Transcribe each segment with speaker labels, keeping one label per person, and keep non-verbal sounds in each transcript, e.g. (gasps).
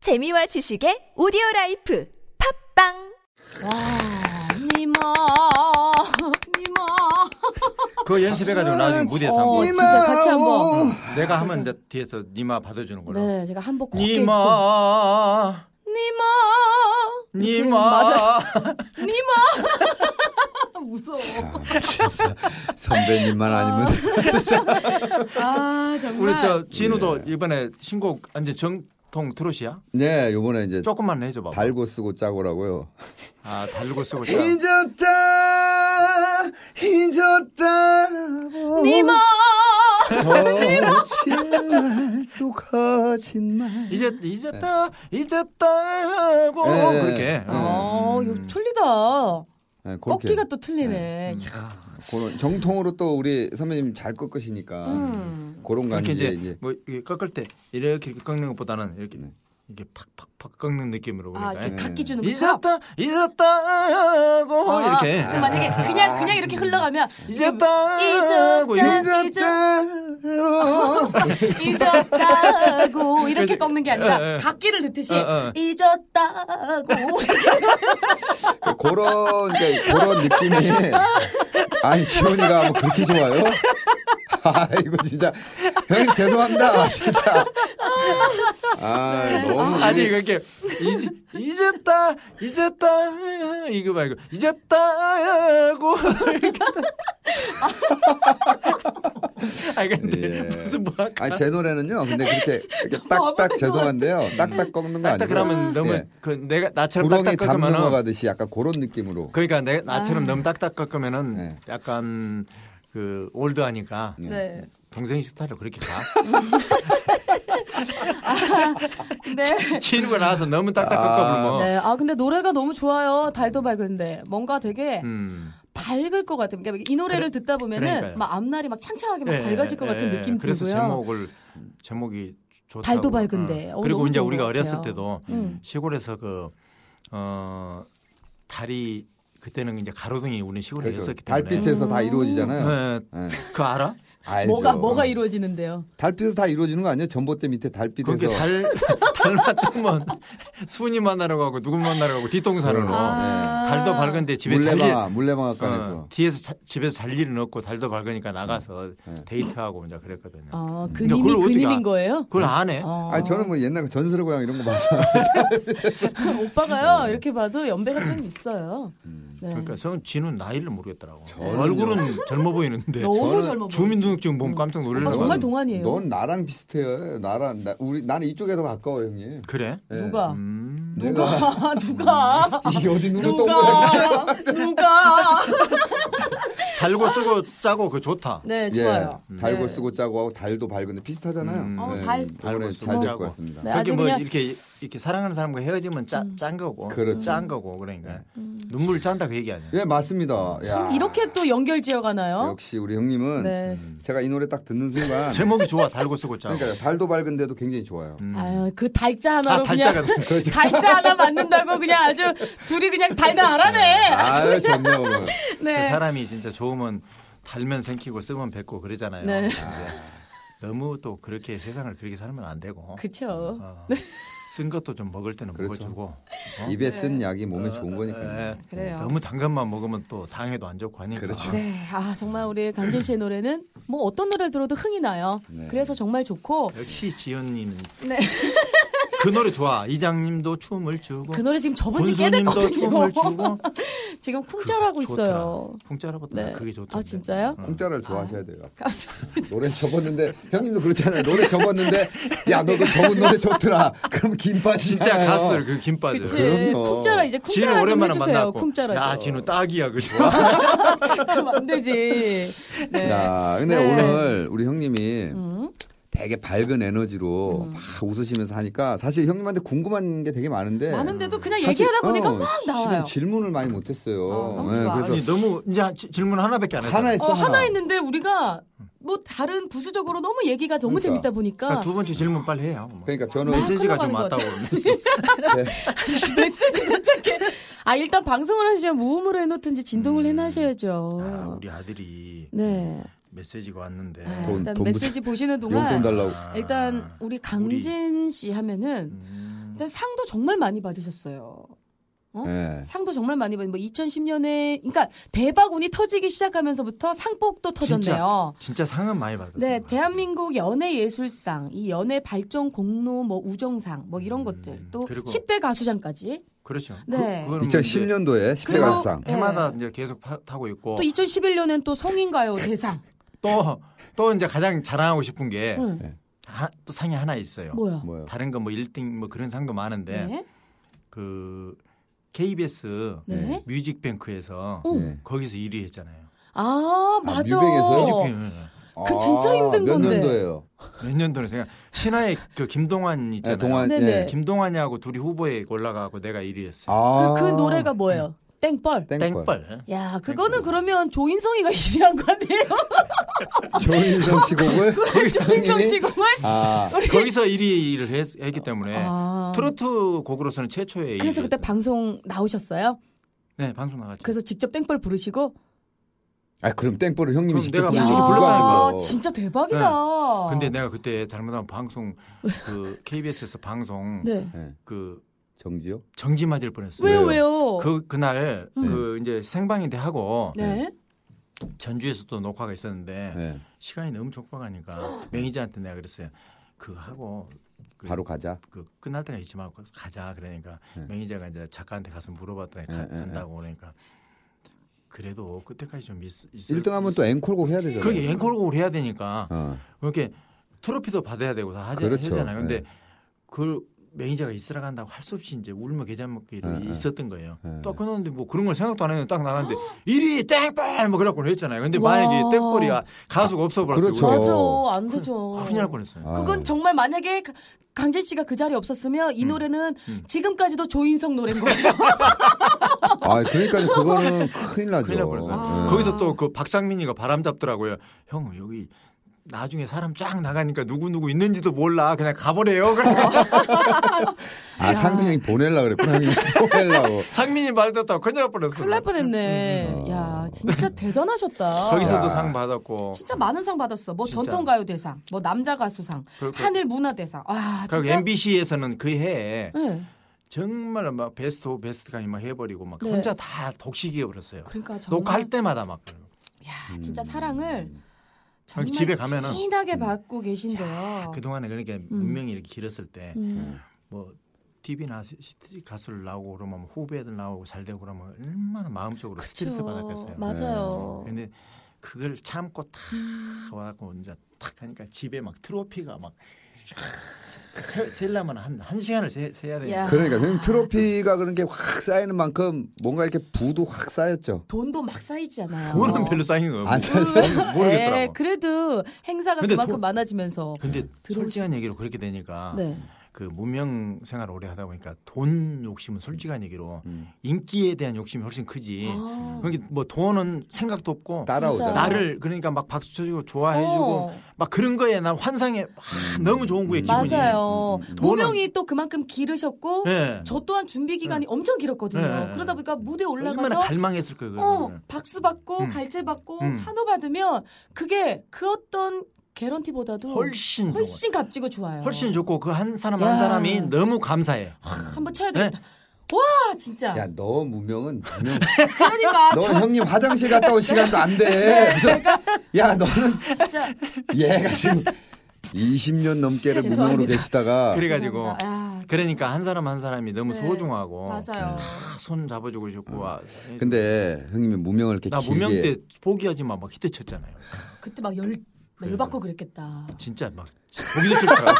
Speaker 1: 재미와 지식의 오디오 라이프 팝빵
Speaker 2: 와, 니마, 니마.
Speaker 3: 그거 연습해가지고 나중에 무대에서
Speaker 2: 어,
Speaker 3: 한번
Speaker 2: 진짜 같이 한번.
Speaker 3: 내가 하면 이제 뒤에서 니마 받아주는 걸로
Speaker 2: 네, 제가 한복 곱게 입고.
Speaker 3: 니마
Speaker 2: 니마, 그,
Speaker 3: 니마
Speaker 2: 니마. 아, 무서워.
Speaker 4: 아, 선배님만 아니면
Speaker 2: 아, 정말.
Speaker 3: (laughs) 우리 저 진우도 이번에 신곡 아, 이제 정통 트롯이야
Speaker 4: 네 요번에 이제
Speaker 3: 조금만 해줘봐
Speaker 4: 달고 쓰고 짜고라고요
Speaker 3: 아 달고 쓰고 싶다.
Speaker 4: 잊었다 잊었다
Speaker 2: 니마. 네.
Speaker 4: 거짓말 또 거짓말
Speaker 3: 이제 잊었다 잊었다 하고
Speaker 4: 네.
Speaker 3: 그렇게 어.
Speaker 2: 어, 이거 틀리다.
Speaker 4: 네, 그렇게.
Speaker 2: 꺾기가 또 틀리네. 이야.
Speaker 4: 그런 정통으로 또 우리 선배님 잘 꺾으시니까 그런
Speaker 3: 이렇게
Speaker 4: 관계
Speaker 3: 이제,
Speaker 4: 그러니까 이제 네.
Speaker 3: 뭐 이렇게 깎을 때 이렇게 이렇게 깎는 것보다는 이렇게 이게 팍팍팍 깎는 느낌으로
Speaker 2: 아,
Speaker 3: 그러니까
Speaker 2: 이렇게 각기 주는 것처럼.
Speaker 3: 잊었다 잊었다 하고
Speaker 2: 아,
Speaker 3: 이렇게
Speaker 2: 그럼 만약에 그냥 그냥 이렇게 흘러가면 (laughs)
Speaker 3: 잊었다고
Speaker 2: 잊었다고 이렇게 꺾는 게
Speaker 3: 어,
Speaker 2: 아니라
Speaker 3: 어.
Speaker 2: 각기를 넣듯이
Speaker 3: 어, 어.
Speaker 2: 잊었다고
Speaker 4: 그런 그러니까 그런 느낌이 아니 지훈이가 뭐 그렇게 좋아요? 아이고 진짜 형님 죄송합니다 진짜 아 너무
Speaker 3: 어, 아니 그렇게 잊, 잊었다 잊었다 이거 말고 잊었다고 (laughs) 아 근데
Speaker 4: 예.
Speaker 3: 무슨 뭐 아까
Speaker 4: 아니 제 노래는요 근데 그렇게 이렇게 딱딱 죄송한데요 딱딱 꺾는 거 아니고
Speaker 3: 딱딱 그러면 너무
Speaker 4: 예.
Speaker 3: 그 내가 나처럼
Speaker 4: 구렁이
Speaker 3: 딱딱
Speaker 4: 담
Speaker 3: 깎으면은
Speaker 4: 넘어가듯이 약간 그런 느낌으로
Speaker 3: 그러니까 내가 나처럼 너무 딱딱 깎으면은
Speaker 4: 네.
Speaker 3: 약간 그 올드하니까
Speaker 4: 예.
Speaker 2: 네.
Speaker 3: 동생 스타일로 그렇게
Speaker 2: (laughs)
Speaker 3: 가
Speaker 2: 근데
Speaker 3: 친구가 나와서 너무 딱딱 깎아보면
Speaker 2: 네, 아 근데 노래가 너무 좋아요. 달도 밝은데 뭔가 되게
Speaker 3: 음.
Speaker 2: 밝을 것 같아요. 그러니까 이 노래를 듣다 보면은
Speaker 3: 그러니까요.
Speaker 2: 막 앞날이 막 창창하게 막
Speaker 3: 예,
Speaker 2: 뭐 밝아질 것
Speaker 3: 예,
Speaker 2: 같은
Speaker 3: 예.
Speaker 2: 느낌
Speaker 3: 그래서
Speaker 2: 들고요.
Speaker 3: 제목을 제목이 좋다.
Speaker 2: 달도 밝은데. 어,
Speaker 3: 그리고
Speaker 2: 너무
Speaker 3: 이제
Speaker 2: 좋은
Speaker 3: 우리가
Speaker 2: 것
Speaker 3: 어렸을
Speaker 2: 같아요. 음.
Speaker 3: 때도 시골에서 그 어, 달이 그때는 이제 가로등이 우리 시골에
Speaker 4: 그래서
Speaker 3: 있었기 때문에.
Speaker 4: 그렇죠. 달빛에서 다 이루어지잖아요
Speaker 3: 네.
Speaker 4: 예.
Speaker 3: 그 알아?
Speaker 4: 알죠.
Speaker 2: 뭐가 뭐가 이루어지는데요?
Speaker 4: 달빛에서 다 이루어지는 거 아니에요 전봇대 밑에 달빛에서
Speaker 3: 그게 달 (laughs) 달맞으면 (laughs) 순이 만나러 가고 누구 만나러 가고 뒷동산으로.
Speaker 2: 아.
Speaker 3: 달도 밝은데 집에 잘 일-
Speaker 4: 음. 물레방아 물레방아간에서
Speaker 3: 어, 뒤에서 자- 집에서 잘 일은 없고 달도 밝으니까 나가서
Speaker 4: 네.
Speaker 3: 데이트하고 이제 그랬거든요.
Speaker 2: 아
Speaker 3: 근데
Speaker 2: 그님이
Speaker 3: 그걸 어떻게 아-
Speaker 2: 그님인 거예요? (laughs)
Speaker 3: 그걸 안 해.
Speaker 2: 어.
Speaker 4: 아니 저는 뭐 옛날 그 전설의 고향 이런 거 봐서
Speaker 2: 오빠가요 이렇게 봐도 연배가 좀 있어요. 네.
Speaker 3: 음. 그러니까 저는 진우는 나이를 모르겠더라고.
Speaker 4: 저는요.
Speaker 3: 얼굴은 젊어 보이는데
Speaker 2: 네, 너무 젊어 보여.
Speaker 3: 주민등록증 보면 깜짝 놀라는
Speaker 2: 아,
Speaker 3: 거
Speaker 2: 정말 동안이에요.
Speaker 4: 넌 나랑 비슷해. 나랑 나, 우리 나는 이쪽에서 가까워 형님.
Speaker 3: 그래?
Speaker 4: 예.
Speaker 2: 누가
Speaker 3: 음.
Speaker 4: 내가
Speaker 2: 누가 (laughs) 누가
Speaker 4: 이게 어디 누구 동거야?
Speaker 2: 누가
Speaker 3: (laughs)
Speaker 2: 누가
Speaker 3: 예. 달고 쓰고 짜고 그 좋다.
Speaker 2: 네 좋아요.
Speaker 4: 예. 달고
Speaker 3: 예.
Speaker 2: 네.
Speaker 4: 쓰고 짜고 하고 달도 밝은데 비슷하잖아요.
Speaker 3: 음.
Speaker 2: 어, 달.
Speaker 4: 달고
Speaker 3: 달고
Speaker 4: 잘될 것
Speaker 3: 짜고.
Speaker 4: 같습니다.
Speaker 2: 네,
Speaker 3: 그렇게
Speaker 2: 아주
Speaker 3: 뭐
Speaker 2: 그냥 음.
Speaker 3: 이렇게 이렇게 사랑하는 사람과 헤어지면 짜, 짠 거고,
Speaker 4: 그렇죠. 네.
Speaker 3: 짠 거고 그러니까 눈물 짠다 그 얘기 아니야.
Speaker 4: 예 맞습니다. 야,
Speaker 2: 이렇게 또 연결
Speaker 3: 예.
Speaker 2: 지어가나요?
Speaker 4: 역시 우리 형님은
Speaker 2: 네.
Speaker 4: 제가 이 노래 딱 듣는 순간
Speaker 3: 제목이 좋아 달고 쓰고 짜고.
Speaker 4: 그러니까 달도 밝은데도 굉장히 좋아요.
Speaker 2: 아유 그 달자
Speaker 3: 음. 아
Speaker 2: 하나로 그냥
Speaker 3: 달짜가
Speaker 2: (laughs) 달자 하나 맞는다고 그냥 아주 둘이 그냥 달다 알아내.
Speaker 4: 아유 좋네요. 오늘.
Speaker 3: 그
Speaker 2: 네.
Speaker 3: 사람이 진짜 좋으면 달면 생기고 쓰면 뱉고 그러잖아요.
Speaker 2: 네.
Speaker 3: 근데 너무 또 그렇게 세상을 그렇게 살면 안 되고
Speaker 2: 그쵸.
Speaker 3: 어, 쓴 것도 좀 먹을 때는
Speaker 4: 그렇죠.
Speaker 3: 먹어주고
Speaker 4: 입에 쓴
Speaker 2: 네.
Speaker 4: 약이 몸에 좋은 거니까요.
Speaker 3: 예.
Speaker 2: 음, 그래요.
Speaker 3: 너무 단 것만 먹으면 또 당에도 안 좋고 하니까.
Speaker 4: 그렇죠.
Speaker 2: 네, 아 정말 우리 강준 씨의 노래는 뭐 어떤 노래를 들어도 흥이 나요.
Speaker 4: 네.
Speaker 2: 그래서 정말 좋고
Speaker 3: 역시 지연님은
Speaker 2: 네.
Speaker 3: 그 노래 좋아. 이장님도 춤을 추고
Speaker 2: 그 노래 지금 저번 주
Speaker 3: 군수님도
Speaker 2: 깨달거든요.
Speaker 3: 춤을 추고
Speaker 2: (laughs) 지금 쿵절하고 있어요.
Speaker 3: 좋더라. 풍짜라보다
Speaker 2: 네.
Speaker 3: 아, 그게 좋던데. 음.
Speaker 2: 아, 진짜요?
Speaker 3: 응.
Speaker 4: 공짜를 좋아하셔야 돼요. 노래 접었는데 형님도 그렇잖아요. 노래 접었는데 야 너 그 접은 노래 좋더라. 그럼 긴 바지
Speaker 3: 진짜
Speaker 4: 있잖아요.
Speaker 3: 가수들 그 김빠져.
Speaker 2: 그치.
Speaker 4: 그럼요.
Speaker 2: 쿵절아 이제
Speaker 3: 진우
Speaker 2: 쿵절아 좀
Speaker 3: 오랜만에
Speaker 2: 해주세요.
Speaker 3: 만났고.
Speaker 2: 쿵절아.
Speaker 3: 야
Speaker 2: 좀.
Speaker 3: 진우 딱이야 그 좋아.
Speaker 2: 그럼 안 되지. 네.
Speaker 4: 야, 근데
Speaker 2: 네. 음.
Speaker 4: 오늘 우리 형님이 되게 밝은 에너지로 막 웃으시면서 하니까 사실 형님한테 궁금한 게 되게
Speaker 3: 네.
Speaker 4: 많은데
Speaker 2: 많은데도 그냥
Speaker 4: 사실,
Speaker 2: 얘기하다 보니까
Speaker 4: 어,
Speaker 2: 막 나와요.
Speaker 4: 지금 질문을 많이 못했어요.
Speaker 2: 어, 너무
Speaker 4: 예,
Speaker 2: 좋아.
Speaker 4: 그래서
Speaker 3: 아니 너무 이제 하- 지- 질문 하나밖에 안 했어.
Speaker 4: 하나
Speaker 2: 어,
Speaker 4: 했어
Speaker 2: 하나 했는데 우리가 뭐 다른 부수적으로 너무 얘기가 너무
Speaker 4: 그러니까.
Speaker 2: 재밌다 보니까 (laughs)
Speaker 3: 두 번째 질문 빨리 해요. 뭐.
Speaker 4: 그러니까 저는
Speaker 3: 메시지가 좀
Speaker 2: 흘러가는
Speaker 3: 왔다고.
Speaker 2: 메시지 도착해. 아 일단 방송을 하시면 무음으로 해놓든지 진동을 해놔셔야죠.
Speaker 3: 아, 우리 아들이
Speaker 2: 어. 네.
Speaker 3: 메시지가 왔는데
Speaker 2: 아,
Speaker 4: 돈,
Speaker 2: 일단
Speaker 4: 돈
Speaker 2: 메시지 보시는
Speaker 4: 용돈
Speaker 2: 동안
Speaker 4: 달라고.
Speaker 3: 아, 음.
Speaker 2: 일단 우리 강진 씨 하면은 일단 상도 정말 많이 받으셨어요. 어?
Speaker 4: 예.
Speaker 2: 상도 정말 많이 받은 뭐 2010년에 그러니까 대박 운이 터지기 시작하면서부터 상복도 터졌네요.
Speaker 3: 진짜 상은 많이 받았어요.
Speaker 2: 네, 대한민국 연예예술상, 이 연예 발전 공로 뭐 우정상 뭐 이런
Speaker 3: 음,
Speaker 2: 것들 또
Speaker 3: 그리고-
Speaker 2: 10대 가수상까지
Speaker 3: 그렇죠.
Speaker 2: 네.
Speaker 3: 그, 그거는 이제
Speaker 4: 2010년도에 10대
Speaker 2: 그리고-
Speaker 4: 가수상.
Speaker 3: 해마다 이제 계속 파- 타고
Speaker 2: 네.
Speaker 3: 있고
Speaker 2: 또 2011년엔 또 성인가요 대상.
Speaker 3: 또 또 이제 가장 자랑하고 싶은 게 또
Speaker 2: 응.
Speaker 3: 상이 하나 있어요.
Speaker 2: 뭐야?
Speaker 4: 뭐요?
Speaker 3: 다른 거 네. 뭐 1등 뭐 그런 상도 많은데
Speaker 2: 네.
Speaker 3: 그 KBS
Speaker 2: 네.
Speaker 4: 네.
Speaker 3: 뮤직뱅크에서
Speaker 2: 오.
Speaker 4: 네. 거기서
Speaker 3: 거기서 1위 했잖아요.
Speaker 2: 아, 맞아.
Speaker 4: 뮤뱅에서요?
Speaker 3: 뮤직뱅크
Speaker 2: 그 진짜 힘든
Speaker 4: 아, 몇
Speaker 2: 건데.
Speaker 4: 년도예요?
Speaker 3: 몇 년도는 생각 신화의 그 김동완 있잖아요.
Speaker 4: 동안.
Speaker 2: 네네.
Speaker 4: 예.
Speaker 3: 김동완이하고 둘이 후보에 올라가고 내가 1위 했어요.
Speaker 4: 아.
Speaker 2: 그, 그 노래가 뭐예요? 땡벌.
Speaker 4: 땡벌.
Speaker 3: 땡벌.
Speaker 2: 야, 그거는 그러면 조인성이가 (laughs) 일이란 거 아니에요?
Speaker 4: 아, 조인성 씨 곡을.
Speaker 2: 아, 조인성
Speaker 4: 형님이-
Speaker 2: 씨 곡을?
Speaker 4: 아.
Speaker 3: 거기서 1위를 했, 했기 때문에
Speaker 2: 아.
Speaker 3: 네. 트로트 곡으로서는 최초의
Speaker 2: 그래서
Speaker 3: 1위.
Speaker 2: 그때 방송 나오셨어요?
Speaker 3: 네, 방송 나갔죠.
Speaker 2: 그래서 직접 땡벌 부르시고?
Speaker 4: 아 그럼 땡벌을 형님이
Speaker 3: 그럼
Speaker 4: 직접
Speaker 3: 내가
Speaker 4: 부르지
Speaker 3: 솔직히
Speaker 2: 야,
Speaker 4: 누가
Speaker 3: 불렀다니까.
Speaker 4: 아, 네, 불러?
Speaker 2: 아, 진짜 대박이다.
Speaker 3: 네. 근데 내가 그때 잘못하면 방송
Speaker 2: (laughs)
Speaker 3: 그 KBS에서 방송
Speaker 2: 네.
Speaker 4: 예.
Speaker 3: 그
Speaker 4: 정지요?
Speaker 3: 정지 맞을 뻔했어요.
Speaker 2: 왜요,
Speaker 4: 왜요?
Speaker 2: 왜요?
Speaker 3: 그 그날
Speaker 2: 음.
Speaker 3: 그 이제 생방인데 하고
Speaker 2: 네.
Speaker 3: 전주에서도 녹화가 있었는데
Speaker 4: 예.
Speaker 3: 시간이 너무 촉박하니까 (gasps) 매니저한테 내가 그랬어요. 그 하고 그,
Speaker 4: 바로 가자.
Speaker 3: 그 끝날 때가 있지만 가자 그러니까
Speaker 4: 예.
Speaker 3: 매니저가 이제 작가한테 가서 물어봤더니 가,
Speaker 4: 네, 네,
Speaker 3: 간다고 그러니까 그래도 그때까지 좀 있, 있을
Speaker 4: 1등 하면 또 앵콜곡 해야 되잖아요.
Speaker 3: 그게 앵콜곡을 해야 되니까
Speaker 4: 어.
Speaker 3: 그렇게 트로피도 받아야 되고 다 하자
Speaker 4: 그렇죠.
Speaker 3: 하잖아요. 근데
Speaker 4: 네.
Speaker 3: 그걸 매니저가 있으라 간다고 할 수 없이 이제 울며 계좌 먹기로
Speaker 4: 네, 네.
Speaker 3: 있었던 거예요.
Speaker 4: 네.
Speaker 3: 딱 끊었는데 뭐 그런 걸 생각도 안 했는데 딱 나갔는데 1위 땡벌 뭐 그러고 했잖아요. 근데
Speaker 2: 와.
Speaker 3: 만약에 땡벌이 아- 가수가 없어 버렸어요.
Speaker 4: 그렇죠.
Speaker 3: 우리가.
Speaker 2: 맞아, 안 되죠.
Speaker 3: 큰일 날 뻔했어요.
Speaker 4: 아.
Speaker 2: 그건 정말 만약에 가- 강진 씨가 그 자리에 없었으면
Speaker 3: 음.
Speaker 2: 이 노래는 지금까지도 조인성 노래인 거예요.
Speaker 4: 아, 그러니까 그거는 큰일 나죠. 예.
Speaker 3: 큰일 날 뻔했어요.
Speaker 2: 아.
Speaker 3: 거기서 또 그 박상민이가 바람 잡더라고요. 형 여기 나중에 사람 쫙 나가니까 누구 누구 있는지도 몰라 그냥 가버려요. (laughs) 그래.
Speaker 2: (laughs)
Speaker 4: 아, 상민이 형이 보낼라 그랬구나. 형이 (laughs) 보낼라고.
Speaker 3: 상민이 말 듣다가 (laughs) 큰일 날 뻔했어요.
Speaker 2: 큰일 날 뻔했네.
Speaker 4: 음.
Speaker 2: 야, 진짜
Speaker 3: (laughs)
Speaker 2: 대단하셨다.
Speaker 3: 거기서도
Speaker 4: 야.
Speaker 3: 상 받았고
Speaker 2: 아. 진짜 많은 상 받았어. 뭐
Speaker 3: 진짜.
Speaker 2: 전통가요 대상, 뭐 남자 가수상,
Speaker 3: 그- 그-
Speaker 2: 하늘 문화 대상. 아,
Speaker 3: 그리고
Speaker 2: 진짜.
Speaker 3: MBC에서는 그 해에
Speaker 2: 네.
Speaker 3: 정말 막 베스트 오브 베스트가 막 해버리고 막
Speaker 2: 네.
Speaker 3: 혼자 다 독식이 해버렸어요.
Speaker 2: 그러니까 정말
Speaker 3: 녹화할 때마다 막 그래요.
Speaker 2: 야, 진짜 사랑을 정말
Speaker 3: 음. 집에 가면은- 음.
Speaker 2: 진하게 받고 계신데요.
Speaker 3: 그동안에 그러니까 문명이 이렇게 길었을 때
Speaker 2: 아.
Speaker 3: 뭐
Speaker 2: 음.
Speaker 3: TV나 가수를 나오고 그러면 후배들 나오고 잘 되고 그러면 얼마나 마음적으로 스트레스
Speaker 2: 그쵸.
Speaker 3: 받았겠어요. 네.
Speaker 2: 맞아요.
Speaker 3: 근데 그걸 참고 탁 와갖고 혼자 탁 하니까 집에 막 트로피가 막 세- 세려면 한, 한 시간을 세, 세야
Speaker 2: 야.
Speaker 3: 돼요.
Speaker 4: 그러니까 형님 트로피가 그런 게 확 쌓이는 만큼 뭔가 이렇게 부도 확 쌓였죠.
Speaker 2: 돈도 막 쌓이잖아요.
Speaker 3: 돈은 별로 쌓인 거
Speaker 4: 안
Speaker 3: 없고.
Speaker 4: 쌓였어요.
Speaker 3: 모르겠더라고.
Speaker 2: 그래도 행사가
Speaker 3: 근데
Speaker 2: 그만큼
Speaker 3: 돈-
Speaker 2: 많아지면서.
Speaker 3: 근데
Speaker 2: 들어오시-
Speaker 3: 솔직한 얘기로 그렇게 되니까
Speaker 2: 네.
Speaker 3: 그 무명 생활 오래 하다 보니까 돈 욕심은 솔직한 얘기로
Speaker 4: 음.
Speaker 3: 인기에 대한 욕심이 훨씬 크지.
Speaker 2: 아.
Speaker 3: 그러니까 뭐 돈은 생각도 없고
Speaker 4: 따라오죠.
Speaker 2: 맞아.
Speaker 3: 나를 그러니까 막 박수 쳐주고 좋아해주고
Speaker 2: 어.
Speaker 3: 막 그런 거에 난 환상에 아, 너무 좋은 거에 기분이.
Speaker 2: 맞아요.
Speaker 3: 음.
Speaker 2: 무명이 또 그만큼 기르셨고
Speaker 3: 예.
Speaker 2: 저 또한 준비 기간이 엄청 길었거든요.
Speaker 3: 네.
Speaker 2: 그러다 보니까 무대
Speaker 3: 얼마나
Speaker 2: 올라가서
Speaker 3: 갈망했을 거예요.
Speaker 2: 어,
Speaker 3: 그거는.
Speaker 2: 박수 받고
Speaker 3: 음.
Speaker 2: 갈채 받고
Speaker 3: 음.
Speaker 2: 한호 받으면 그게 그 어떤 개런티보다도
Speaker 3: 훨씬 좋아. 훨씬,
Speaker 2: 훨씬 값지고 좋아요.
Speaker 3: 좋고 그 한 사람
Speaker 2: 야.
Speaker 3: 한 사람이 너무 감사해.
Speaker 2: 아, 한번 쳐야 되겠다.
Speaker 3: 네.
Speaker 2: 와 진짜.
Speaker 4: 야, 너 무명은 무명.
Speaker 2: 그러니까
Speaker 4: 너
Speaker 2: 저 네,
Speaker 4: 형님 화장실 갔다 올 시간도 안
Speaker 2: (laughs)
Speaker 4: 돼. 그래서 야, 너는
Speaker 2: 진짜
Speaker 4: 얘가 지금 20년 넘게를
Speaker 2: 아,
Speaker 4: 무명으로
Speaker 2: 죄송합니다.
Speaker 4: 계시다가
Speaker 3: 그래가지고 어,
Speaker 2: 야,
Speaker 3: 그러니까 한 사람 한 사람이 너무
Speaker 2: 예. 네.
Speaker 3: 소중하고
Speaker 2: 아, 맞아요.
Speaker 3: 다 손 잡아주고 싶고 와.
Speaker 4: 음. 근데 형님이 무명을 이렇게
Speaker 3: 나
Speaker 4: 길게 아,
Speaker 3: 무명 때 포기하지 마막 히트 쳤잖아요.
Speaker 2: 그때 막열 열받고 그랬겠다.
Speaker 3: 진짜 막 보기도
Speaker 2: (laughs)
Speaker 3: 싫더라.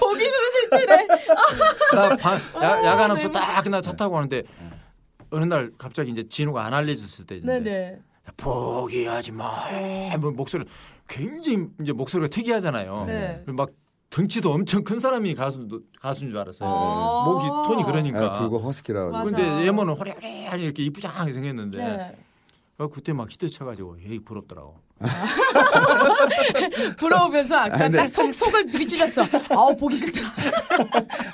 Speaker 2: 보기 싫으실 때래.
Speaker 3: 네. 나 방, 야,
Speaker 2: 아,
Speaker 3: 야간 합수 딱 그날
Speaker 4: 네.
Speaker 3: 차 타고 가는데 어느 날 갑자기 이제 진우가 안 알려줬을 때 이제
Speaker 2: 네네.
Speaker 3: 포기하지 마. 뭐 목소리 굉장히 이제 목소리가 특이하잖아요.
Speaker 2: 네.
Speaker 3: 막 덩치도 엄청 큰 사람이 가수 가수인 줄 알았어요.
Speaker 2: 아.
Speaker 3: 목이 톤이 그러니까.
Speaker 4: 아, 그거 허스키라고.
Speaker 2: 맞아.
Speaker 3: 근데 예모는 호리호리하니 이렇게 이쁘장하게 생겼는데
Speaker 2: 네.
Speaker 3: 어, 그때 막 히트 쳐가지고 에이 부럽더라고.
Speaker 2: 네. 부러우면서
Speaker 4: 아,
Speaker 2: 아까
Speaker 3: 네.
Speaker 4: 근데-
Speaker 2: 딱 속, 속을 들이찢었어. 아우 보기 싫더라.